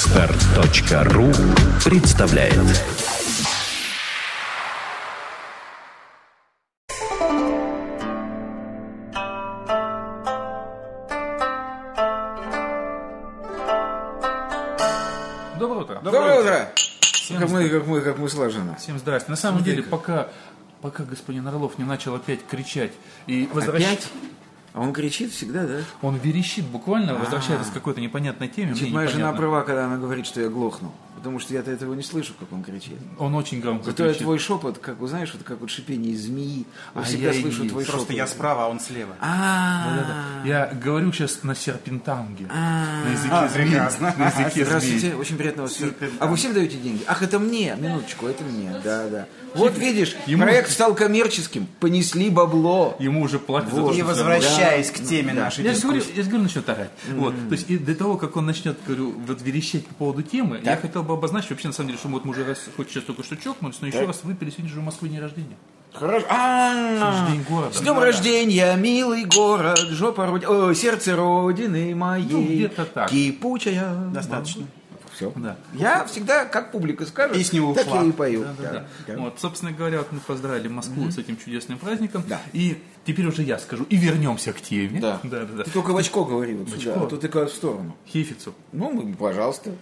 Отстар.ру представляет Доброе утро. Доброе утро! Всем, Как мы, здрасте. как мы, как мы слаженно. Всем здрасте. На самом деле, Смотри-ка. пока, пока господин Орлов не начал опять кричать и возвращать... Опять? А он кричит всегда, да? Он верещит буквально, возвращается к какой-то непонятной теме. Значит, мне А. моя жена непонятно. права, когда она говорит, что я глохнул. Потому что я-то этого не слышу, как он кричит. Он очень громко Зато я кричит. твой шепот, как вы знаешь, вот как вот шипение змеи. Я А всегда я и слышу твой шепот. Просто я справа, а он слева. А, Я говорю сейчас на серпентанге. а. На языке А, змеи. прекрасно. На языке змеи. Здравствуйте, очень приятно вас видеть. А вы всем даете деньги? Ах, это мне, минуточку, это мне, да, да. Вот видишь, Ему- проект стал коммерческим, понесли бабло. Ему уже платят за Вот. то, И что всё возвращаясь Да. к теме Да. нашей Я же говорю, дискуссии. я же говорю, начнет орать. Вот. То есть, и до того, как он начнет, говорю, вот верещать по поводу темы, я хотел бы обозначить вообще, на самом деле, что мы вот мы уже раз, хоть сейчас только что чокнулись, но еще раз выпили, сегодня же у Москвы день рождения. Хорошо. А, Сегодня же день города. С днем рождения, милый город, жопа родины, о, сердце родины моей. Ну, где-то так. Кипучая. Достаточно. Все. Да. Я всегда, как публика скажет, Песня так ушла. я и пою. Да, Да. да. Вот, собственно говоря, вот мы поздравили Москву с этим чудесным праздником. Да. И теперь уже я скажу. И вернемся к теме. Да. да, да. Ты только в очко говори вот сюда, очко? а то ты как в сторону. Хефицу. Ну, мы- пожалуйста.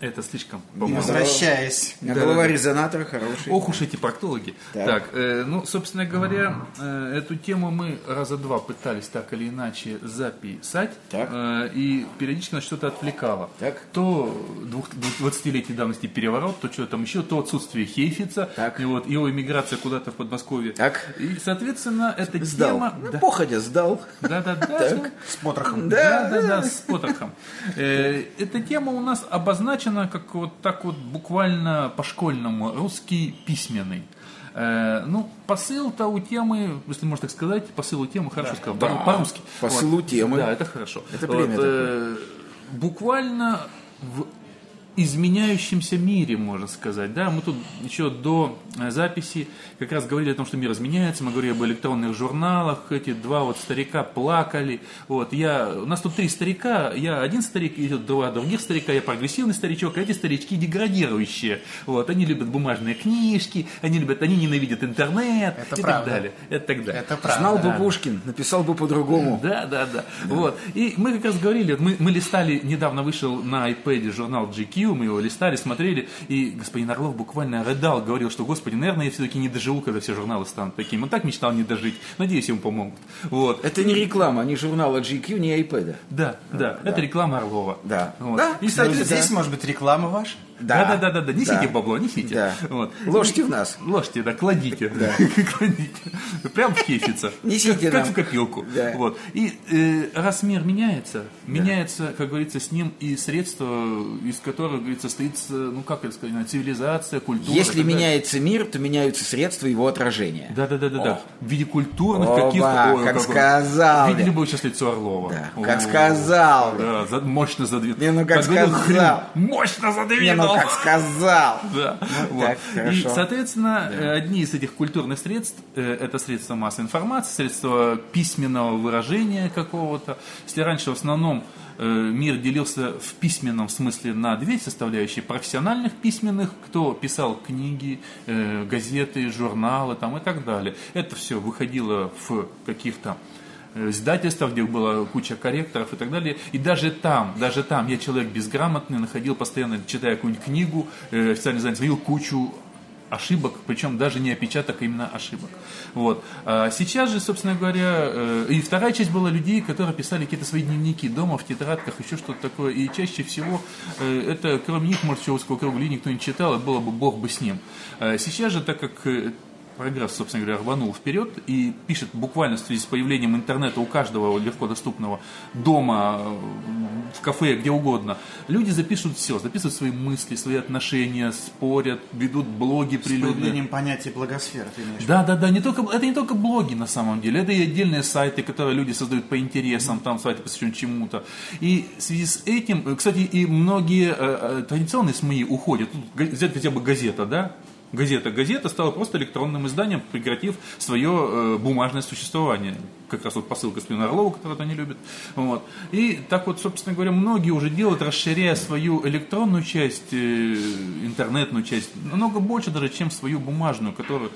Это слишком, И по-моему. Возвращаясь. У меня Да, голова да, да. резонатора хороший. Ох уж эти проктологи. Так. Так, э, ну, собственно говоря, э, эту тему мы раза два пытались так или иначе записать. Так. э, и периодически нас что-то отвлекало. Так. То двух- двух- 20-летней давности переворот, то что там еще, то отсутствие Хейфица, Так. и вот его эмиграция куда-то в Подмосковье. Так. И, соответственно, эта Сдал. тема... Ну, Да. Походя сдал. Да, да, да. Так. С потрохом. Да, да, да, с Поттахом. Э, Эта тема у нас обозначена как вот так вот буквально по-школьному русский письменный. Э, Ну, посыл-то у темы, если можно так сказать, посыл у темы, хорошо сказал, по- по-русски. посыл у Вот. темы. Да, это хорошо. Это племя э, Буквально в изменяющемся мире, можно сказать. Да, мы тут еще до э, записи как раз говорили о том, что мир изменяется. Мы говорили об электронных журналах. Эти два вот старика плакали. Вот я, у нас тут три старика. Я один старик и тут два других старика. Я прогрессивный старичок. а Эти старички деградирующие. Вот они любят бумажные книжки. Они любят, они ненавидят интернет Это и так правда. далее. Это так далее. Это правда. Знал бы Пушкин, написал бы по-другому. Да, да, да. Вот. И мы как раз говорили, вот мы, мы листали, недавно вышел на iPad журнал GQ, мы его листали, смотрели, и господин Орлов буквально рыдал, говорил, что, господи, наверное, я все-таки не доживу, когда все журналы станут такими. Он так мечтал не дожить. Надеюсь, ему помогут. Вот. Это не реклама, не журнала GQ, не iPad. Да, да, это реклама Орлова. Да. Вот. Да. И, Ну, соответственно, Здесь, может быть, реклама ваша? да, да, да, да, да, несите Да. бабло, несите. Да. Вот. Ложьте в нас. Ложьте, да, кладите. Кладите. Прям в кефица. Несите Как в нам. копилку. Да. Вот. И э, раз мир меняется, меняется, как говорится, с ним и средства, из которых, как говорится, стоит, э, ну как это сказать, цивилизация, культура. Если и так далее. меняется мир, то меняются средства его отражения. Да, да, да, да, да. В виде культурных Опа, каких-то. как он. сказал Видели я. бы вы сейчас лицо Орлова. Да, О, как сказал Да, за- мощно задвинул. Не, ну, как говорил сказал. Грин, Мощно задвинул. Не, ну как сказал. Ну, Да. вот. так, и, хорошо. соответственно, э, одни из этих культурных средств э, это средства массовой информации, средства письменного выражения какого-то. Если раньше в основном э, мир делился в письменном смысле на две составляющие профессиональных письменных, кто писал книги, э, газеты, журналы там, и так далее. Это все выходило в каких-то э, издательствах, где была куча корректоров и так далее. И даже там, даже там я человек безграмотный, находил постоянно, читая какую-нибудь книгу, э, официальный издатель, видел кучу ошибок, причем даже не опечаток, а именно ошибок. Вот. А сейчас же, собственно говоря, э, и вторая часть была людей, которые писали какие-то свои дневники дома, в тетрадках, еще что-то такое. И чаще всего э, это, кроме них, может, еще узкого круга людей никто не читал, и было бы бог бы с ним. А сейчас же, так как э, прогресс, собственно говоря, рванул вперед и пишет буквально в связи с появлением интернета у каждого легко доступного дома, э, в кафе, где угодно. Люди запишут все, записывают свои мысли, свои отношения, спорят, ведут блоги С прилюдные. появлением понятия благосфера, ты имеешь в виду? Да, да, да, не только, это не только блоги на самом деле, это и отдельные сайты, которые люди создают по интересам, там сайты посвящены чему-то. И в связи с этим, э, кстати, и многие э, э, традиционные СМИ уходят, Ну, га- взять хотя бы газета, да? Газета. Газета стала просто электронным изданием, прекратив свое э, бумажное существование. как раз вот посылка Слюна Орлова, которую они любят. Вот. И так вот, собственно говоря, многие уже делают, расширяя свою электронную часть, э, интернетную часть, намного больше даже, чем свою бумажную, которую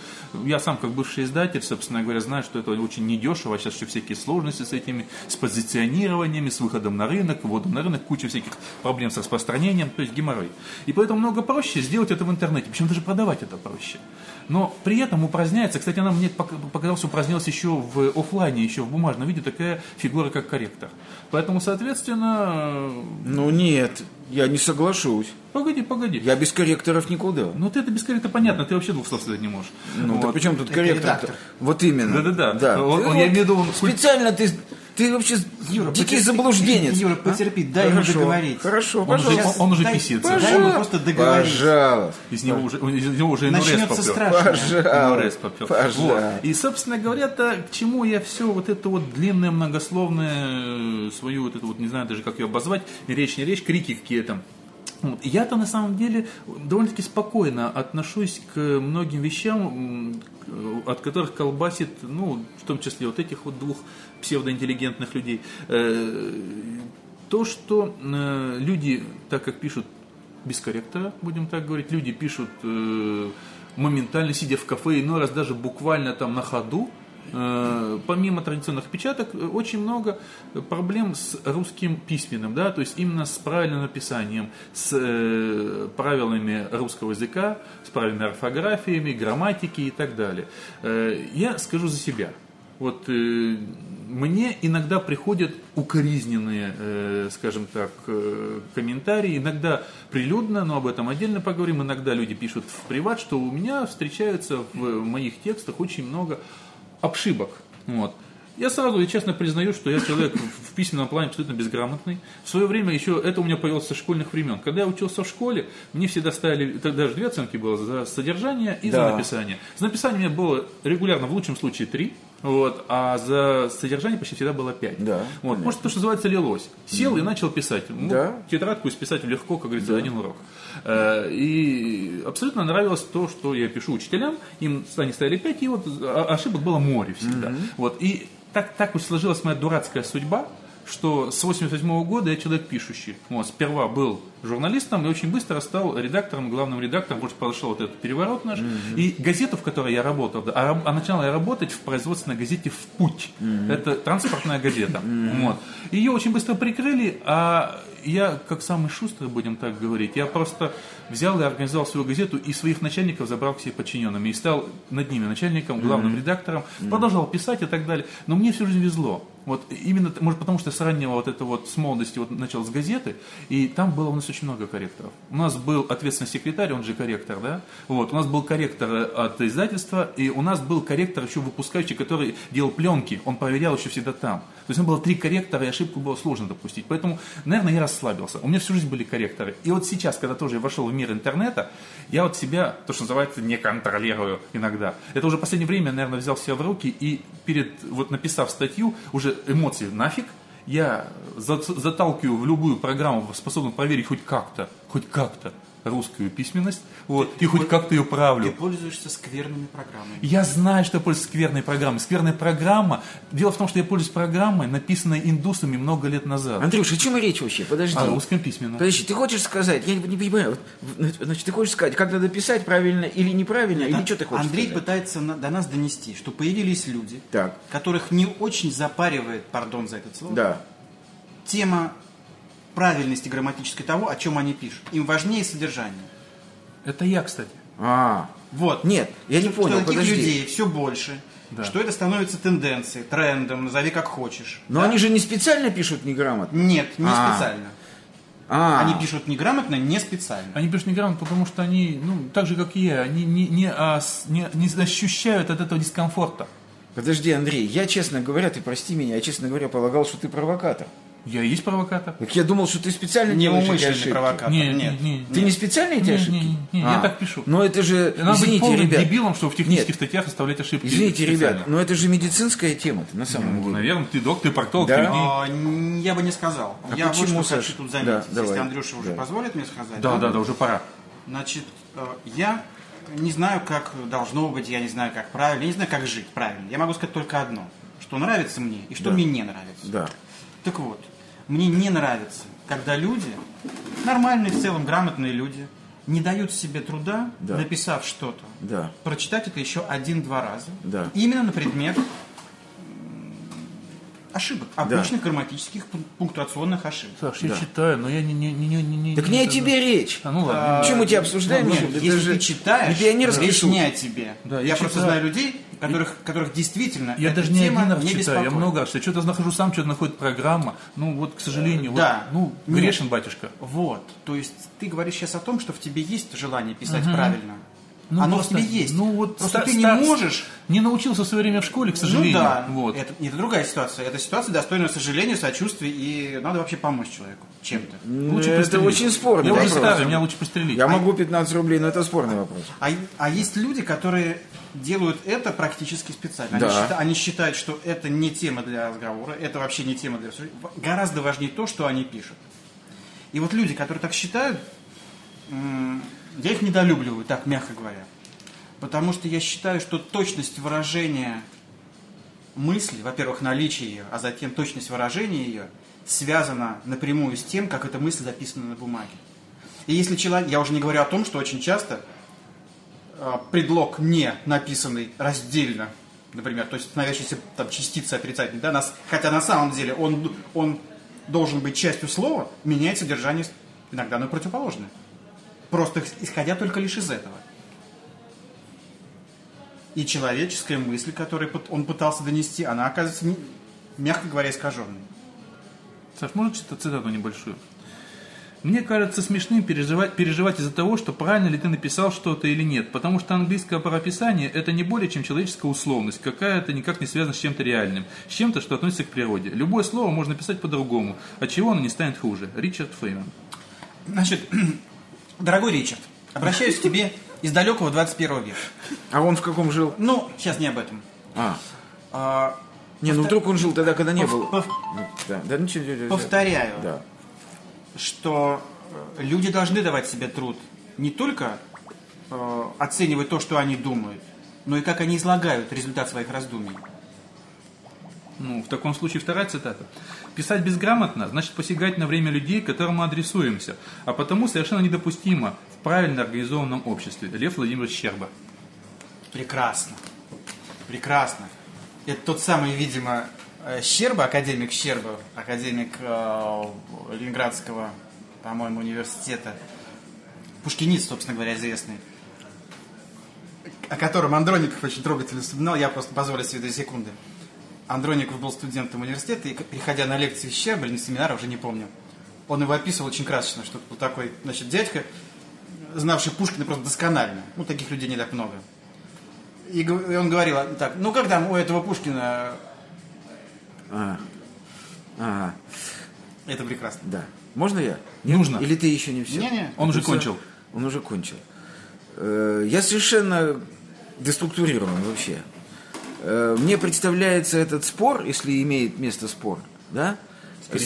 я сам, как бывший издатель, собственно говоря, знаю, что это очень недешево, а сейчас еще всякие сложности с этими, с позиционированиями, с выходом на рынок, вводом на рынок, куча всяких проблем с распространением, то есть геморрой. И поэтому много проще сделать это в интернете, причем даже продавать это проще. Но при этом упраздняется, кстати, она мне пок- показалась упразднилась еще в офлайне, еще в бумажном виде такая фигура, как корректор. Поэтому, соответственно, э, Ну нет, я не соглашусь. погоди, погоди. Я без корректоров никуда. Ну ты это без корректора понятно, ты вообще двух слов сказать не можешь. Ну, так Вот. при чем тут Это корректор? редактор. Вот именно. Да-да-да. Да. Он- Ты он, вот я имею в виду, он куль- Специально ты, ты вообще дикий потерпи. заблужденец. Юра, а? потерпи, дай ему Хорошо, договорить. Хорошо, Он уже- пожалуйста. Сейчас он уже дай- писится. Дай ему просто договорить. Пожалуйста. Из него уже, из него ну, уже Начнется инурез попёр. страшно. Инурез Пожалуйста. попёр. Пожалуйста. Вот. И, собственно говоря, то к чему я все вот это вот длинное, многословное, э, свою вот эту вот, не знаю даже, как ее обозвать, речь не речь, крики какие там. Вот. Я-то на самом деле довольно-таки спокойно отношусь к многим вещам, м, к- от которых колбасит, ну, в том числе вот этих вот двух псевдоинтеллигентных людей. Э, То, что э, люди, так как пишут без корректора, будем так говорить. Люди пишут э, моментально, сидя в кафе, иной раз даже буквально там на ходу. Э, помимо традиционных печаток, э, очень много проблем с русским письменным, да, то есть именно с правильным написанием, с э, правилами русского языка, с правильными орфографиями, грамматики и так далее. Э, я скажу за себя. Вот э, мне иногда приходят укоризненные, э, скажем так, э, комментарии, иногда прилюдно, но об этом отдельно поговорим. Иногда люди пишут в приват, что у меня встречаются в моих текстах очень много обшибок. Вот. Я сразу и честно признаю, что я человек в в письменном плане абсолютно безграмотный. В свое время еще это у меня появилось со школьных времен. Когда я учился в школе, мне всегда ставили, тогда же две оценки было, за содержание и за Да. написание. За написание у меня было регулярно, в лучшем случае, три, вот, а за содержание почти всегда было пять. Да, вот, может, то, что называется, лилось. Сел и начал писать. Мог Да. тетрадку исписать легко, как говорится, за один урок. Э, И абсолютно нравилось то, что я пишу учителям, им они ставили 5, и вот а- ошибок было море всегда. Вот. И так, так уж сложилась моя дурацкая судьба, что с 88 года я человек пишущий. Вот, сперва был журналистом и очень быстро стал редактором, главным редактором, потому что произошел вот этот переворот наш. И газету, в которой я работал, да, а, раб- а начал я работать в производственной газете «В путь». Это транспортная газета. Вот. Ее очень быстро прикрыли, а я, как самый шустрый, будем так говорить, я просто взял и организовал свою газету и своих начальников забрал к себе подчиненными и стал над ними начальником, главным редактором, продолжал писать и так далее. Но мне всю жизнь везло. Вот именно, т- может, потому что с раннего вот это вот, с молодости вот начал с газеты, и там было у нас очень много корректоров. У нас был ответственный секретарь, он же корректор, да? Вот, у нас был корректор э, от издательства, и у нас был корректор еще выпускающий, который делал пленки, он проверял еще всегда там. То есть у нас было три корректора, и ошибку было сложно допустить. Поэтому, наверное, я расслабился. У меня всю жизнь были корректоры. И вот сейчас, когда тоже я вошел в мир интернета, я вот себя, то, что называется, не контролирую иногда. Это уже в последнее время, я, наверное, взял себя в руки и перед, вот написав статью, уже эмоции нафиг, я за- заталкиваю в любую программу, способную проверить хоть как-то, хоть как-то русскую письменность, вот, и хоть как-то ее правлю. Ты пользуешься скверными программами. Я знаю, что я пользуюсь скверной программой. Скверная программа. Дело в том, что я пользуюсь программой, написанной индусами много лет назад. Андрюш, о чем речь вообще? Подожди. О русском письменном. Подожди, ты хочешь сказать, я не, не понимаю, вот, значит, ты хочешь сказать, как надо писать, правильно или неправильно, или Да. что ты хочешь Андрей сказать? пытается на- до нас донести, что появились люди, Так. которых не очень запаривает, пардон за это слово, Да. тема правильности грамматической того, о чем они пишут. Им важнее содержание. Это я, кстати. А, Вот. Нет, я не Что понял, таких подожди. людей все больше. Что это становится тенденцией, трендом, назови как хочешь. но они же не специально пишут неграмотно. Нет, не А. специально. А, Они пишут неграмотно, не специально. Они пишут неграмотно, потому что они, ну, так же, как и я, они не, не, ос- не- не ощущают от этого дискомфорта. Подожди, Андрей, я, честно говоря, ты прости меня, я, честно говоря, полагал, что ты провокатор. Я и есть провокатор. Так я думал, что ты специально делаешь эти Неумышленный ошибки. провокатор. Не, Нет. не, не. Ты не специально Не, эти ошибки? А. не, не, я так пишу. Но это же, Надо быть извините, полным ребят. дебилом, чтобы в технических Нет. статьях оставлять ошибки. Извините, специально. Ну, ребят, Ну, но это же медицинская тема-то, на самом деле. Наверное, ты доктор, ты проктолог, Да? ты не- А, н- Я бы не сказал. А я почему, вот что Саш? хочу тут заметить, Да, если давай. Андрюша уже Да. позволит мне сказать. Да, да, да, уже пора. Значит, э, я не знаю, как должно быть, я не знаю, как правильно, я не знаю, как жить правильно. Я могу сказать только одно, что нравится мне и что Да. мне не нравится. Да. Так вот, мне не нравится, когда люди, нормальные в целом, грамотные люди, не дают себе труда, Да. написав что-то, Да. прочитать это еще один-два раза. Да. Именно на предмет м, ошибок, Да. обычных грамматических пун- пунктуационных ошибок. Саш, я Да. читаю, но я не... не, не, не, не Так не- не о да, тебе речь. да. А, ну ладно. Чем мы тебя обсуждаем? Нет, что ли? Это если же ты читаешь, Не пионерский речь шут. не о тебе. Да, я я просто читаю. знаю людей, которых, которых действительно Я эта даже не тема один раз не читаю, беспокоит. я много раз. Я что-то нахожу сам, что-то находит программа. Ну вот, к сожалению, вот, да. ну, Нет. грешен батюшка. Вот, то есть ты говоришь сейчас о том, что в тебе есть желание писать правильно. Ну, Оно просто- в тебе есть. Ну вот, просто ста- ты не ста- можешь. Не научился в свое время в школе, к сожалению. Ну да, вот. это, это другая ситуация. Это ситуация достойна сожаления, сочувствия, и надо вообще помочь человеку чем-то. Лучше Ну, это пристрелить. очень спорный Я уже вопрос. старый, меня лучше пристрелить. Я могу 15 рублей, но это спорный вопрос. А, а есть люди, которые делают это практически специально. Да. Они, счита- они считают, что это не тема для разговора, это вообще не тема для обсуждения. Гораздо важнее то, что они пишут. И вот люди, которые так считают, м, я их недолюбливаю, так мягко говоря. Потому что я считаю, что точность выражения мысли, во-первых, наличие ее, а затем точность выражения ее связана напрямую с тем, как эта мысль записана на бумаге. И если человек, я уже не говорю о том, что очень часто а, предлог не написанный раздельно, например, то есть становящийся там частица отрицательной, да, нас, хотя на самом деле он, он должен быть частью слова, меняет содержание иногда на противоположное. Просто исходя только лишь из этого. И человеческая мысль, которую пыт- он пытался донести, она оказывается, не- мягко говоря, искаженной. Саш, можно читать цитату небольшую? Мне кажется смешным переживать, переживать из-за того, что правильно ли ты написал что-то или нет, потому что английское правописание – это не более чем человеческая условность, какая-то никак не связана с чем-то реальным, с чем-то, что относится к природе. Любое слово можно писать по-другому, от чего оно не станет хуже. Ричард Фейман. Значит, дорогой Ричард, обращаюсь к тебе из далекого 21 века. А он в каком жил? Ну, сейчас не об этом. А. А, Не, ну вдруг он жил тогда, когда не пов- было. пов- Ну, Да, да, ну, чё- чё- чё- Повторяю. Да. что э, люди должны давать себе труд не только э, оценивать то, что они думают, но и как они излагают результат своих раздумий. Ну, в таком случае вторая цитата. Писать безграмотно значит посягать на время людей, к которым мы адресуемся, а потому совершенно недопустимо в правильно организованном обществе. Лев Владимирович Щерба. Прекрасно. Прекрасно. Это тот самый, видимо, э, Щерба, академик Щерба, академик э, Ленинградского, по-моему, университета. Пушкинист, собственно говоря, известный. О котором Андроников очень трогательно вспоминал, я просто позволю себе две секунды. Андроников был студентом университета, и, приходя на лекции Щерба или на семинар, уже не помню, он его описывал очень красочно, что это был такой, значит, дядька, знавший Пушкина просто досконально. Ну, таких людей не так много. И г- и он говорил, а, так, ну как там у этого Пушкина, А. А, это прекрасно. да. Можно я? Нужно. Или ты еще не все? Не-не. Он уже Всё. кончил. Он уже кончил. Э, Я совершенно деструктурирован вообще. Э, Мне представляется этот спор, если имеет место спор, да?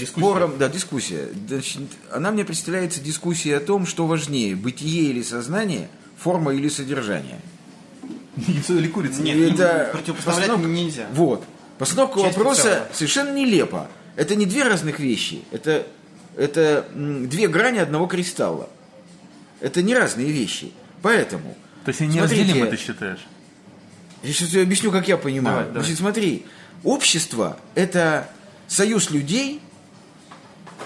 Спором, да, дискуссия. Значит, она мне представляется дискуссией о том, что важнее, бытие или сознание, форма или содержание. Яйцо или курица? Нет, И не- Ну, это противопоставлять постановка- нельзя. Вот. Постановка Часть вопроса целого. совершенно нелепа. Это не две разных вещи. Это, это м, две грани одного кристалла. Это не разные вещи. Поэтому... То есть они смотрите, неразделимы, ты считаешь? Я сейчас тебе объясню, как я понимаю. Давай, давай. Значит, смотри. Общество – это союз людей,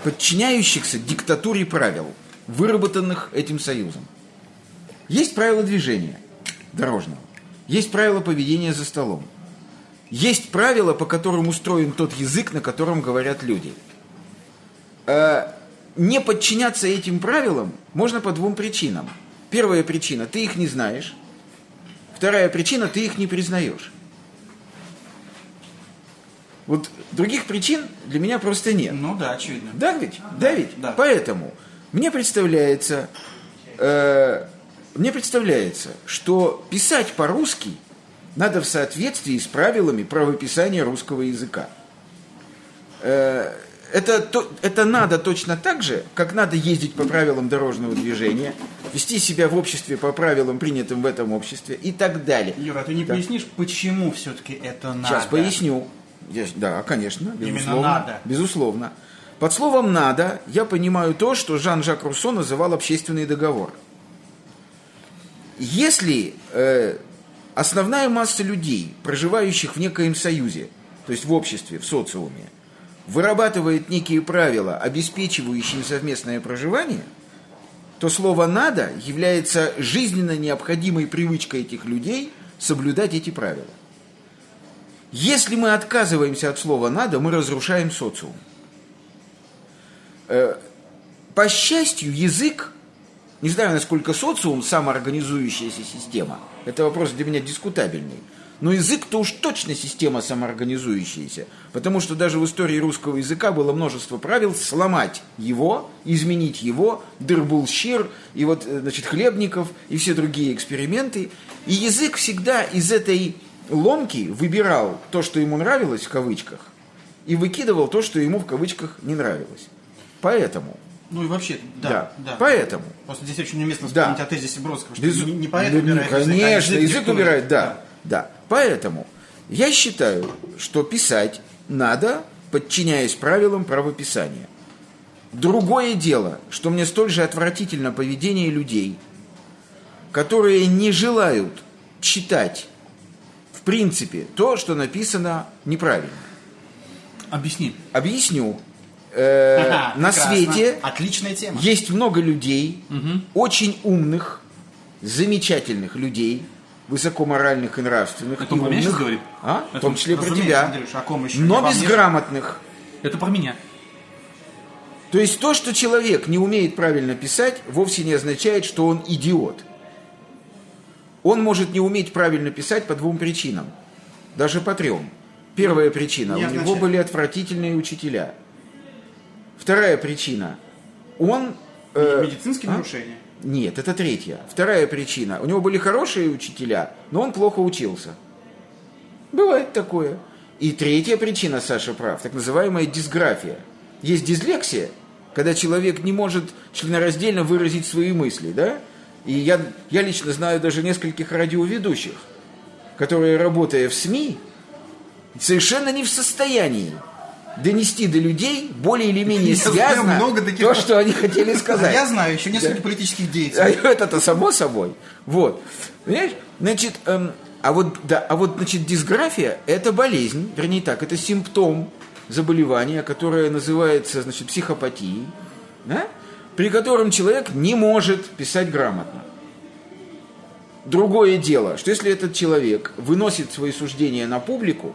подчиняющихся диктатуре правил, выработанных этим союзом. Есть правила движения дорожного. Есть правила поведения за столом. Есть правила, по которым устроен тот язык, на котором говорят люди. Э, Не подчиняться этим правилам можно по двум причинам. Первая причина – ты их не знаешь. Вторая причина – ты их не признаешь. Вот других причин для меня просто нет. Ну да, очевидно. Да ведь? Да ведь? Да. Поэтому мне представляется, э, мне представляется, что писать по-русски надо в соответствии с правилами правописания русского языка. Э, это, то- это надо точно так же, как надо ездить по правилам дорожного движения, вести себя в обществе по правилам, принятым в этом обществе и так далее. Юра, а ты не Так. пояснишь, почему все-таки это надо? Сейчас поясню. Я- да, конечно, Именно безусловно. надо. Безусловно. Под словом «надо» я понимаю то, что Жан-Жак Руссо называл общественный договор. Если э, основная масса людей, проживающих в некоем союзе, то есть в обществе, в социуме, вырабатывает некие правила, обеспечивающие совместное проживание, то слово «надо» является жизненно необходимой привычкой этих людей соблюдать эти правила. Если мы отказываемся от слова «надо», мы разрушаем социум. Э, По счастью, язык, не знаю, насколько социум, самоорганизующаяся система, это вопрос для меня дискутабельный, но язык-то уж точно система самоорганизующаяся, потому что даже в истории русского языка было множество правил сломать его, изменить его, Дербулщир, и вот, э, значит, Хлебников, и все другие эксперименты. И язык всегда из этой ломки выбирал то, что ему нравилось в кавычках, и выкидывал то, что ему в кавычках не нравилось. Поэтому, Ну и вообще, да. да, да. поэтому, Просто здесь очень уместно Да. вспомнить о тезисе Бродского, что Безу- не, не поэт Ну, убирает Конечно, язык, а язык, диктует. убирает, да, да. Поэтому я считаю, что писать надо, подчиняясь правилам правописания. Другое дело, что мне столь же отвратительно поведение людей, которые не желают читать, в принципе, то, что написано неправильно. Объясни. Объясню. Э, на Прекрасно. А свете Отличная тема. есть много людей, очень умных, замечательных людей, высокоморальных и нравственных. Это он и про меня умных. сейчас говорит? А? В Это том он- числе про разумеется, тебя. Андрюш, о ком еще? Обо Но мне? безграмотных. Это про меня. То есть то, что человек не умеет правильно писать, вовсе не означает, что он идиот. Он может не уметь правильно писать по двум причинам. Даже по трем. Первая причина. Не у него означает. были отвратительные учителя. Вторая причина. Он... э, Медицинские а? нарушения. Нет, это третья. Вторая причина. У него были хорошие учителя, но он плохо учился. Бывает такое. И третья причина, Саша прав, так называемая дисграфия. Есть дислексия, когда человек не может членораздельно выразить свои мысли, да? И я, я лично знаю даже нескольких радиоведущих, которые, работая в СМИ, совершенно не в состоянии донести до людей более или менее Я знаю связно много таких. то, что они хотели А сказать. я знаю еще несколько А политических деятелей. это-то само собой. Вот. Понимаешь? Значит, эм, а вот, да, а вот, значит, дисграфия – это болезнь, вернее так, это симптом заболевания, которое называется, значит, психопатией, да? при котором человек не может писать грамотно. Другое дело, что если этот человек выносит свои суждения на публику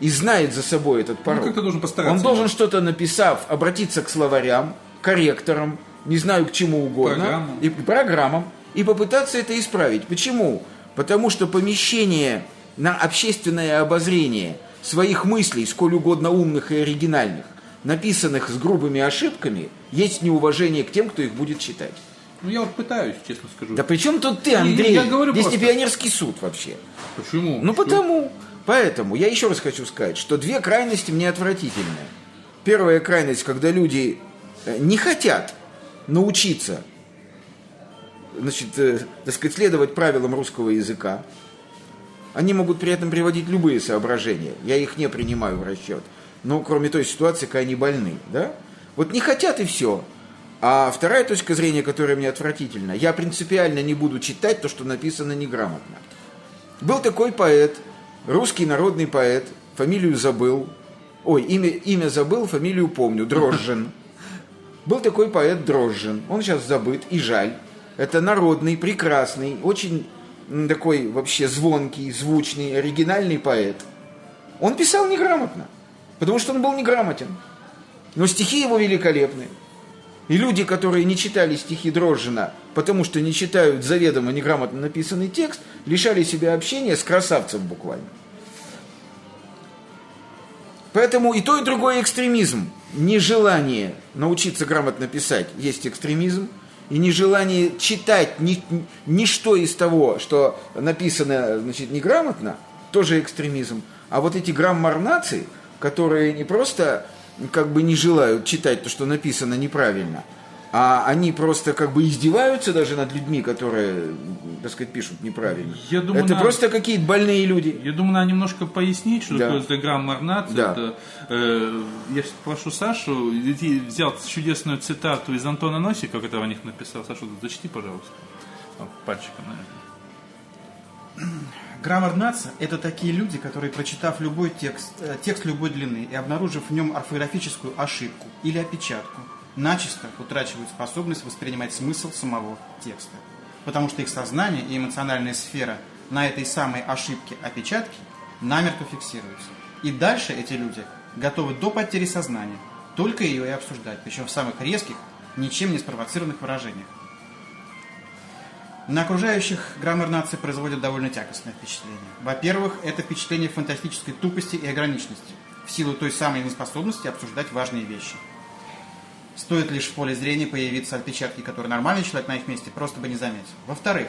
и знает за собой этот порог, как-то Ну, должен постараться. он должен что-то написав, обратиться к словарям, корректорам, не знаю к чему угодно, Программам. и к программам, и попытаться это исправить. Почему? Потому что помещение на общественное обозрение своих мыслей, сколь угодно умных и оригинальных, написанных с грубыми ошибками, есть неуважение к тем, кто их будет читать. Ну, я вот пытаюсь, честно скажу. Да при чем тут ты, Не, не, Андрей? я говорю Здесь просто. не пионерский суд вообще. Почему? Ну Что? потому. Поэтому я еще раз хочу сказать, что две крайности мне отвратительны. Первая крайность, когда люди э, не хотят научиться, значит, э, так сказать, следовать правилам русского языка. Они могут при этом приводить любые соображения. Я их не принимаю в расчет. Ну, кроме той ситуации, когда они больны, да? Вот не хотят и все. А вторая точка зрения, которая мне отвратительна, я принципиально не буду читать то, что написано неграмотно. Был такой поэт, русский народный поэт, фамилию забыл. Ой, имя, имя забыл, фамилию помню, Дрожжин. Был такой поэт Дрожжин. Он сейчас забыт, и жаль. Это народный, прекрасный, очень м, такой вообще звонкий, звучный, оригинальный поэт. Он писал неграмотно, потому что он был неграмотен. Но стихи его великолепны. И люди, которые не читали стихи Дрожжина, потому что не читают заведомо неграмотно написанный текст, лишали себя общения с красавцем буквально. Поэтому и то, и другое экстремизм. Нежелание научиться грамотно писать есть экстремизм, и нежелание читать ни- ничто из того, что написано значит, неграмотно, тоже экстремизм. А вот эти граммарнации, которые не просто как бы не желают читать то, что написано неправильно, а они просто как бы издеваются даже над людьми, которые, так сказать, пишут неправильно. Я думаю, это на- просто какие-то больные люди. Я думаю, надо немножко пояснить, что Да. такое инстаграм-марнация. Да. Это, э, я сейчас прошу Сашу, иди, взял чудесную цитату из Антона Носика, который о них написал. Саша, зачти, пожалуйста. Там, Пальчиком, наверное. Граммарнация – это такие люди, которые, прочитав любой текст, э, текст любой длины и обнаружив в нем орфографическую ошибку или опечатку, начисто утрачивают способность воспринимать смысл самого текста. Потому что их сознание и эмоциональная сфера на этой самой ошибке опечатки намерто фиксируются. И дальше эти люди готовы до потери сознания только ее и обсуждать, причем в самых резких, ничем не спровоцированных выражениях. На окружающих граммар нации производят довольно тягостное впечатление. Во-первых, это впечатление фантастической тупости и ограниченности, в силу той самой неспособности обсуждать важные вещи. Стоит лишь в поле зрения появиться отпечатки, которые нормальный человек на их месте просто бы не заметил. Во-вторых,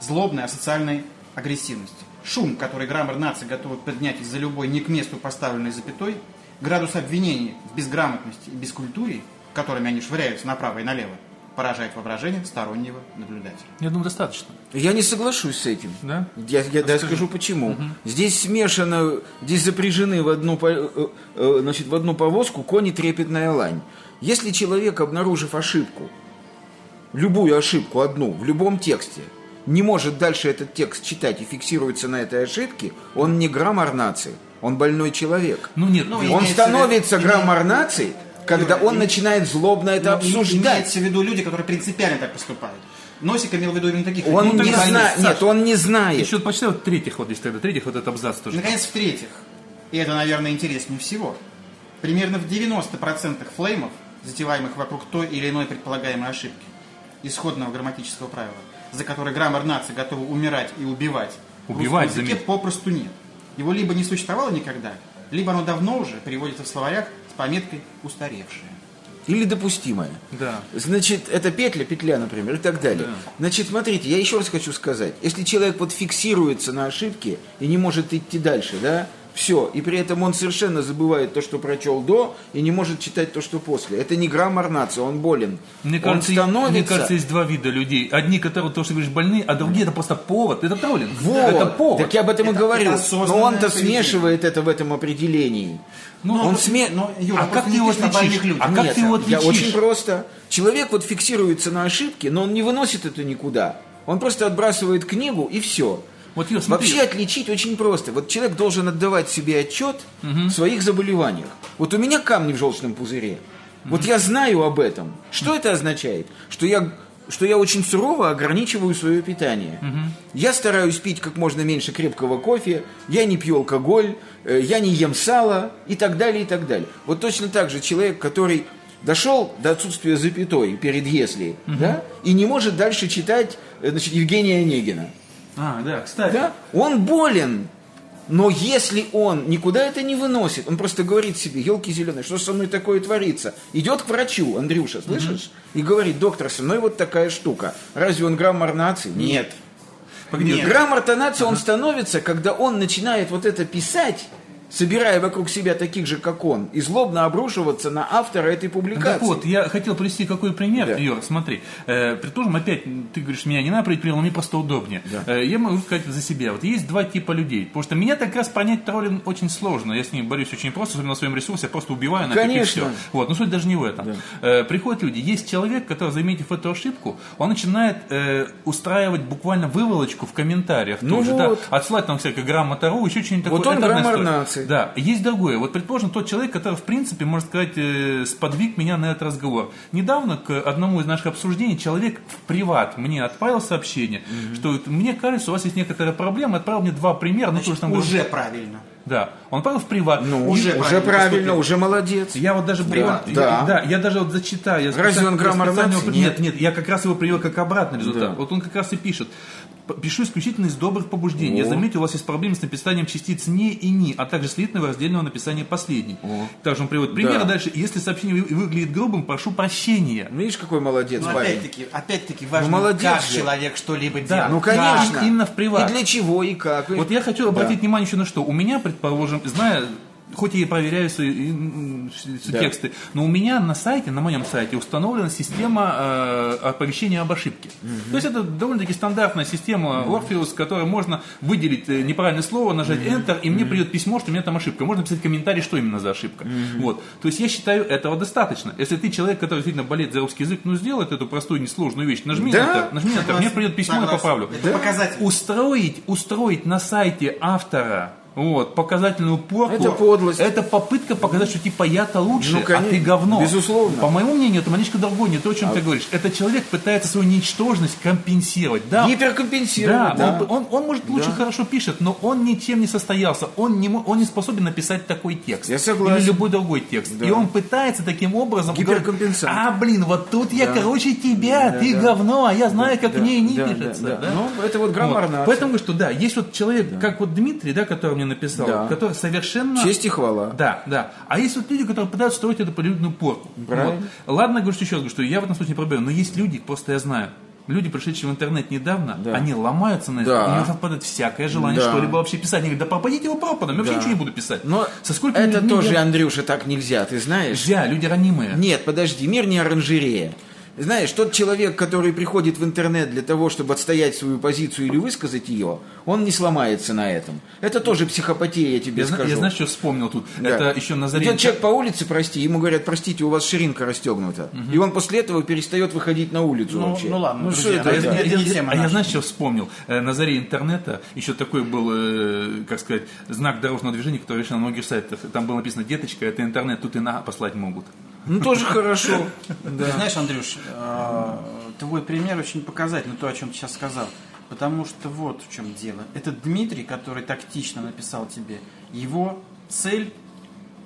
злобная асоциальная агрессивность. Шум, который граммар нации готовы поднять из-за любой не к месту поставленной запятой, градус обвинений в безграмотности и бескультуре, которыми они швыряются направо и налево, поражает воображение стороннего наблюдателя. Я думаю, достаточно. Я не соглашусь с этим. Да? Я, я даже скажу почему. Здесь смешано, здесь запряжены в одну, по- э, э, значит, в одну повозку кони трепетная лань. Если человек, обнаружив ошибку, любую ошибку одну в любом тексте, не может дальше этот текст читать и фиксируется на этой ошибке, он не граммар нации, он больной человек. Ну нет, Ну, я- и- Он имеется становится в виду- граммар нации, когда он Юра, и- начинает злобно это Ну, и- обсуждать. Имеется в виду люди, которые принципиально так поступают. Носик имел в виду ну, именно таких. Он людей. не наконец- знает, нет, он не знает. Еще почитай вот третьих вот здесь тогда, третьих вот этот абзац тоже. Наконец, в-третьих, и это, наверное, интереснее всего, примерно в 90% флеймов, затеваемых вокруг той или иной предполагаемой ошибки, исходного грамматического правила, за которое граммар нации готова умирать и убивать, в Убивать, русском языке заметь. попросту нет. Его либо не существовало никогда, либо оно давно уже переводится в словарях с пометкой «устаревшее». Или допустимое. Да. Значит, это петля, петля, например, и так далее. Да. Значит, смотрите, я еще раз хочу сказать. Если человек вот фиксируется на ошибке и не может идти дальше, да, все, и при этом он совершенно забывает то, что прочел до, и не может читать то, что после. Это не граммар нации, он болен. Мне он кажется, и- становится... мне кажется, есть два вида людей. Одни, которые, то, что ты говоришь, больные, а другие, это просто повод. Это доволен. Вот. Это повод. Так я об этом и Это- говорил. это но осознанное он-то поведение. смешивает это в этом определении. Ну, он ну, сме... Но, Юра, А просто как не ты его пишешь на отличишь? больных людях. А как Нет, ты его Я отличишь? очень просто. Человек вот фиксируется на ошибке, но он не выносит это никуда. Он просто отбрасывает книгу и все. Вот, Юр, смотри. Вообще отличить очень просто. Вот человек должен отдавать себе отчет в своих заболеваниях. Вот у меня камни в желчном пузыре. Вот я знаю об этом. Что это означает? Что я, что я очень сурово ограничиваю свое питание. Я стараюсь пить как можно меньше крепкого кофе, я не пью алкоголь, э, я не ем сало и так далее, и так далее. Вот точно так же человек, который дошел до отсутствия запятой перед «если», да, и не может дальше читать э, значит, Евгения Онегина. А, да, кстати. Да? Он болен. Но если он никуда это не выносит, он просто говорит себе, елки зеленые, что со мной такое творится? Идет к врачу, Андрюша, слышишь? И говорит, доктор, со мной вот такая штука. Разве он граммар нации? Нет. Погоди, Нет. Граммар-то нации он становится, когда он начинает вот это писать, собирая вокруг себя таких же, как он, и злобно обрушиваться на автора этой публикации. Так вот, я хотел привести какой пример, Да. Юра, смотри. Э, предположим, опять, ты говоришь, меня не надо приводить пример, но мне просто удобнее. Э, я могу сказать за себя. Вот есть два типа людей. Потому что меня так раз понять троллинг очень сложно. Я с ним борюсь очень просто, особенно на своем ресурсе, я просто убиваю нафиг и Конечно. все. Вот, но суть даже не в этом. Э, приходят люди. Есть человек, который, заметив эту ошибку, он начинает э, устраивать буквально выволочку в комментариях. Ну тоже, да. вот. Отсылать там всякое грамотару, еще что-нибудь Вот такое. он Это одна история. граммар нации. Да, есть другое. Вот, предположим, тот человек, который, в принципе, может сказать, э, сподвиг меня на этот разговор. Недавно к одному из наших обсуждений человек в приват мне отправил сообщение, что вот, мне кажется, у вас есть некоторая проблема, отправил мне два примера. Ну, потому что там Уже говорит- правильно. Да, он отправил в приват. Ну, уже уже, правильно правильно, поступил. уже молодец. Я вот даже Да, буквально- да. Я, да, я даже вот зачитаю. я Разве специально- он я граммар специально нации? его- Нет, Нет. нет, я как раз его привел как обратный результат. Да. Вот он как раз и пишет. «П- Пишу исключительно из добрых побуждений. Я О. заметил, у вас есть проблемы с написанием частиц «не» и «ни», а также слитного и раздельного написания последней. Также он приводит пример. Да. Дальше. Если сообщение вы- выглядит грубым, прошу прощения. Видишь, какой молодец Ну, парень. опять-таки, опять-таки важно, Ну, молодец как же. человек что-либо Да, делает. Ну, Как. конечно. Да, именно в приват. И для чего, и как. и- Вот я хочу обратить внимание еще на что. У меня, предположим, зная хоть я и проверяю свои, и, м, все Да. тексты, но у меня на сайте, на моем сайте установлена система э, оповещения об ошибке. То есть это довольно-таки стандартная система Orpheus, в которой можно выделить э, неправильное слово, нажать Enter, и мне придет письмо, что у меня там ошибка. Можно писать комментарий, что именно за ошибка. Вот. То есть я считаю, этого достаточно. Если ты человек, который действительно болеет за русский язык, ну сделай эту простую несложную вещь. Нажми Да. Enter, нажми Enter, мне придет письмо, я Согласен. поправлю Это показатель. устроить, устроить на сайте автора вот, показательную порку. Это подлость. Это попытка показать, что типа я-то лучше, Ну, а ты конечно, говно. безусловно. А По моему мнению, это маленько другое, не то, о чем ты говоришь. Это человек пытается свою ничтожность компенсировать. Да, да, Гиперкомпенсировать. Он, он- он, может, лучше хорошо пишет, но он ничем не состоялся. Он не, мо- он не способен написать такой текст. Я согласен. Или любой другой текст. И он пытается таким образом... говорить, Гиперкомпенсант. А, блин, вот тут я короче тебя, ты говно, а я знаю, как мне и не да, да, пишется. да. да? Ну, это вот граммарно. Вот. Поэтому говорю, что да, есть вот человек, как вот Дмитрий, да, который мне написал, Да. который совершенно... Честь и хвала. Да, да. А есть вот люди, которые пытаются строить эту полюбную порку. Правильно. Вот. Ладно, говорю, что еще раз говорю, что я в этом случае не пробую, но есть люди, просто я знаю, люди, пришедшие в интернет недавно, они ломаются на это, Да. у них отпадает всякое желание Да. что-либо вообще писать. Они говорят, да пропадите его пропадом, я вообще ничего не буду писать. Но Со сколькими это людьми тоже, я- Андрюша, так нельзя, ты знаешь? Нельзя, люди ранимые. Нет, подожди, мир не оранжерея. Знаешь, тот человек, который приходит в интернет для того, чтобы отстоять свою позицию или высказать ее, он не сломается на этом. Это тоже психопатия, я тебе Я, зна- скажу. я знаешь, что вспомнил тут? Да. Это еще на заре... Идет человек по улице, прости, ему говорят, простите, у вас ширинка расстегнута. И он после этого перестает выходить на улицу Ну, вообще. ну ладно, что друзья, это? А я, Это я- не я- тема а я наша. знаешь, что вспомнил? Э, На заре интернета еще такой был, э, как сказать, знак дорожного движения, который вешал на многих сайтах. Там было написано, деточка, это интернет, тут и на послать могут. Ну тоже хорошо. Ты Знаешь, Андрюш, э, твой пример очень показательный, то, о чем ты сейчас сказал. Потому что вот в чем дело. Этот Дмитрий, который тактично написал тебе, его цель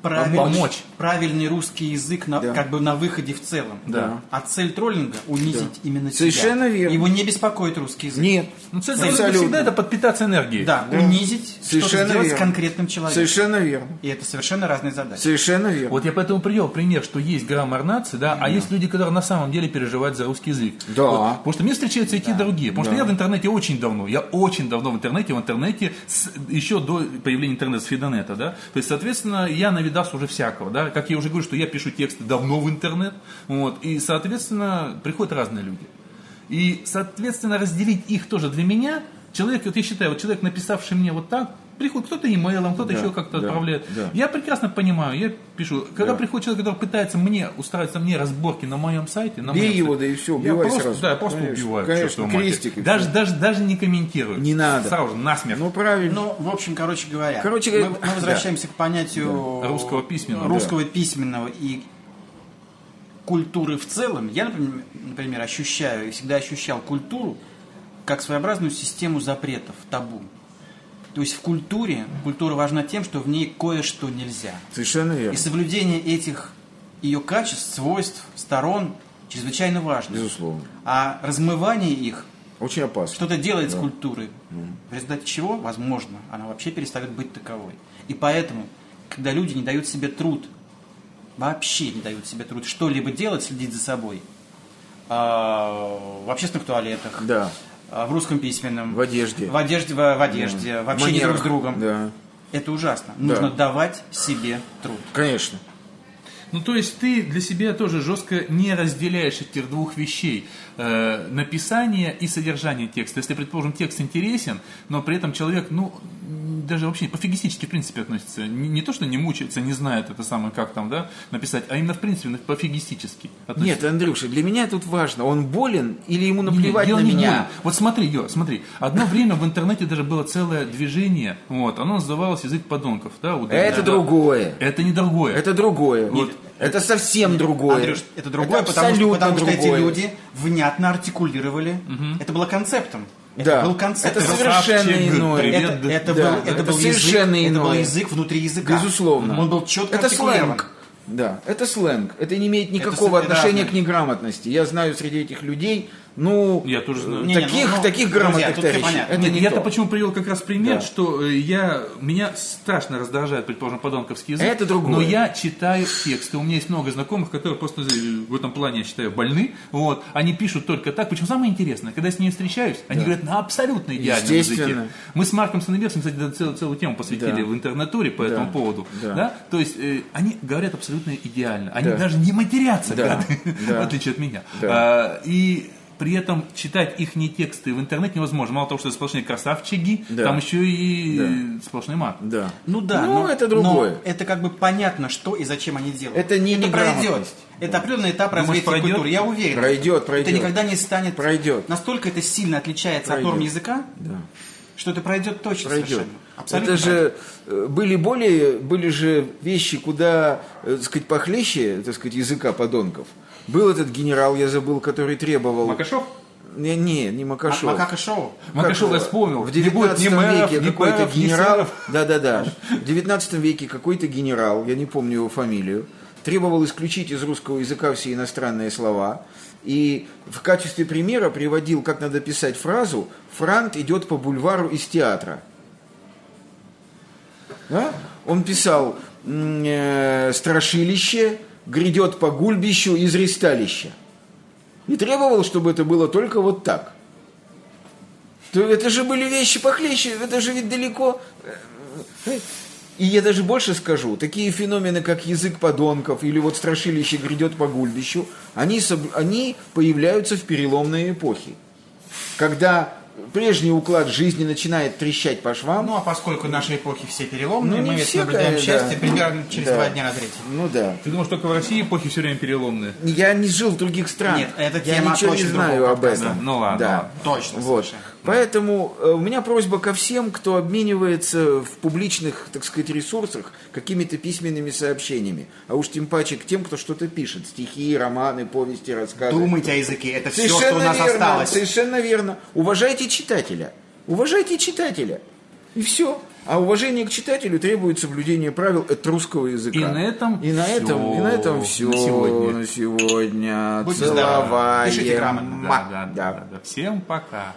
правильный, Помочь. правильный русский язык на, Да. как бы на выходе в целом. Да. А цель троллинга унизить именно тебя. Совершенно верно. Его не беспокоит русский язык. Нет. Ну, цель Абсолютно. завода всегда это подпитаться энергией. Да, унизить, Совершенно что сделать верно. с конкретным человеком. Совершенно верно. И это совершенно разные задачи. Совершенно верно. Вот я поэтому привел пример, что есть граммар нации, да, а есть люди, которые на самом деле переживают за русский язык. Да. Вот, потому что мне встречаются и те, и другие. Потому что я в интернете очень давно, я очень давно в интернете, в интернете, с- еще до появления интернета, с Фидонета, да. То есть, соответственно, я навидался уже всякого, да. Как я уже говорю, что я пишу тексты давно в интернет, вот, и, соответственно, приходят разные люди. И, соответственно, разделить их тоже для меня, человек, вот я считаю, вот человек, написавший мне вот так, приходит кто-то имейлом, кто-то еще как-то отправляет. да. Я прекрасно понимаю, я пишу. Когда приходит человек, который пытается мне устраивать мне разборки на моем сайте, на Бей моем его, сайте, да и всё, я убивай просто, сразу. Да, я просто Конечно, убиваю. к конечно, чертовой матери. крестик и даже, всё. даже, даже не комментирую. Не надо. Сразу же насмех. Ну правильно. Ну, в общем, короче говоря, Короче мы, говоря, мы да. возвращаемся к понятию Да. Русского письменного. русского письменного и культуры в целом. Я, например, например, ощущаю и всегда ощущал культуру как своеобразную систему запретов, табу. То есть в культуре культура важна тем, что в ней кое-что нельзя. Совершенно И верно. соблюдение этих ее качеств, свойств, сторон чрезвычайно важно. Безусловно. А размывание их Очень опасно. что-то делает с культурой, в результате чего, возможно, она вообще перестает быть таковой. И поэтому, когда люди не дают себе труд, вообще не дают себе труд что-либо делать, следить за собой, а, в общественных туалетах, Да. а, в русском письменном, В одежде. в одежде, в, в одежде, в общении Манерах, друг с другом, Да. это ужасно. Да. Нужно давать себе труд. Конечно. Ну, то есть ты для себя тоже жестко не разделяешь этих двух вещей. Э, написание и содержание текста. Если, предположим, текст интересен, но при этом человек, ну, м, даже вообще пофигистически, в принципе, относится. Не, не то, что не мучается, не знает это самое, как там, да, написать, а именно, в принципе, на- пофигистически относится. Нет, Андрюша, для меня тут важно, он болен или ему Не, наплевать дело Ну, на не в меня. боли. Вот смотри, Юра, смотри. Одно время в интернете даже было целое движение, вот, оно называлось «Язык подонков», да? вот, Это да. другое. Это не другое. Это другое. Вот. Это совсем другое. Андрюш, это другое, потому, что, абсолютно потому что эти другое. люди внятно артикулировали. Это было концептом. Да. Это был концепт. Это совершенно Красавчик, иное. привет. Это, Да, да, это был, да, это это был язык, совершенно это был иное. язык внутри языка. Безусловно. Он был четко Это артикулирован. сленг. Да, это сленг. Это не имеет никакого Это с- это отношения разное. к неграмотности. Я знаю среди этих людей Ну, Я тоже знаю. Не, не, таких, ну, ну, таких друзья, грамотных тут всё товарищей. понятно. Это Нет, не я-то то. почему привел как раз пример, Да. что э, я, меня страшно раздражает, предположим, подонковский язык. Это другое. Но я читаю тексты. У меня есть много знакомых, которые просто э, в этом плане, я считаю, больны. Вот. Они пишут только так. Причем самое интересное, когда я с ними встречаюсь, они говорят на абсолютно идеальном Естественно. языке. Мы с Марком Сенеберсом, кстати, да, целую, целую тему посвятили Да. в интернатуре по этому поводу. Да. То есть э, они говорят абсолютно идеально. Они Да. даже не матерятся, Да. гады, Да. в отличие от меня. Да. А, а, И при этом читать их тексты в интернете невозможно. Мало того, что это сплошные красавчики, Да. там еще и э, сплошной мат. Да. Ну да, Ну, но, это другое. но это как бы понятно, что и зачем они делают. Это не пройдет. неграмотность. Это определенный этап Думаешь, развития пройдет? культуры, я уверен. Пройдет, Это пройдет. никогда не станет. Пройдет. Настолько это сильно отличается Пройдет. от норм языка, Да. что это пройдет точно пройдет. совершенно. Абсолютно Это пройдет. же э, были более, были же вещи, куда, э, так сказать, похлеще, так сказать, языка подонков. Был этот генерал, я забыл, который требовал... Макашов? Не, не, не А- Макашов. Макака шоу. Макашов я вспомнил. В Не будет 19 ни мэров, веке ни какой-то пэров, ни генерал, сэров. да-да-да, в 19 веке какой-то генерал, я не помню его фамилию, требовал исключить из русского языка все иностранные слова и в качестве примера приводил, как надо писать фразу «Франт идет по бульвару из театра». Да? Он писал м, э, «Страшилище грядет по гульбищу из ресталища». И требовал, чтобы это было только вот так – то это же были вещи похлеще, это же ведь далеко. И я даже больше скажу, такие феномены, как язык подонков или вот страшилище грядет по гульбищу, они, соб- они появляются в переломные эпохи. Когда прежний уклад жизни начинает трещать по швам, Ну а поскольку наши эпохи все переломные, Ну, не мы ведь все, наблюдаем конечно, счастье да. примерно через Да. два дня на третий. ну да. Ты думаешь, только в России эпохи все время переломные? Я не жил в других странах. Нет, это я тема ничего не точно знаю другого об подкаста. этом. Ну ладно, Да. ладно. Точно, Вот. совершенно. Поэтому э, у меня просьба ко всем, кто обменивается в публичных, так сказать, ресурсах какими-то письменными сообщениями, а уж тем паче к тем, кто что-то пишет, стихи, романы, повести, рассказы. Думайте о языке, это все, Совершенно что у нас верно, осталось. совершенно верно. Уважайте читателя, уважайте читателя и все. А уважение к читателю требует соблюдения правил этрусского языка. И на этом и на всё. этом и на этом все На сегодня. На сегодня. Будьте здоровы. Целоваем. Пишите грамотно. Да, Ма- да, да, да, да. Всем пока.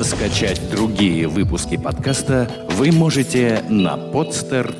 Скачать другие выпуски подкаста вы можете на podster.ru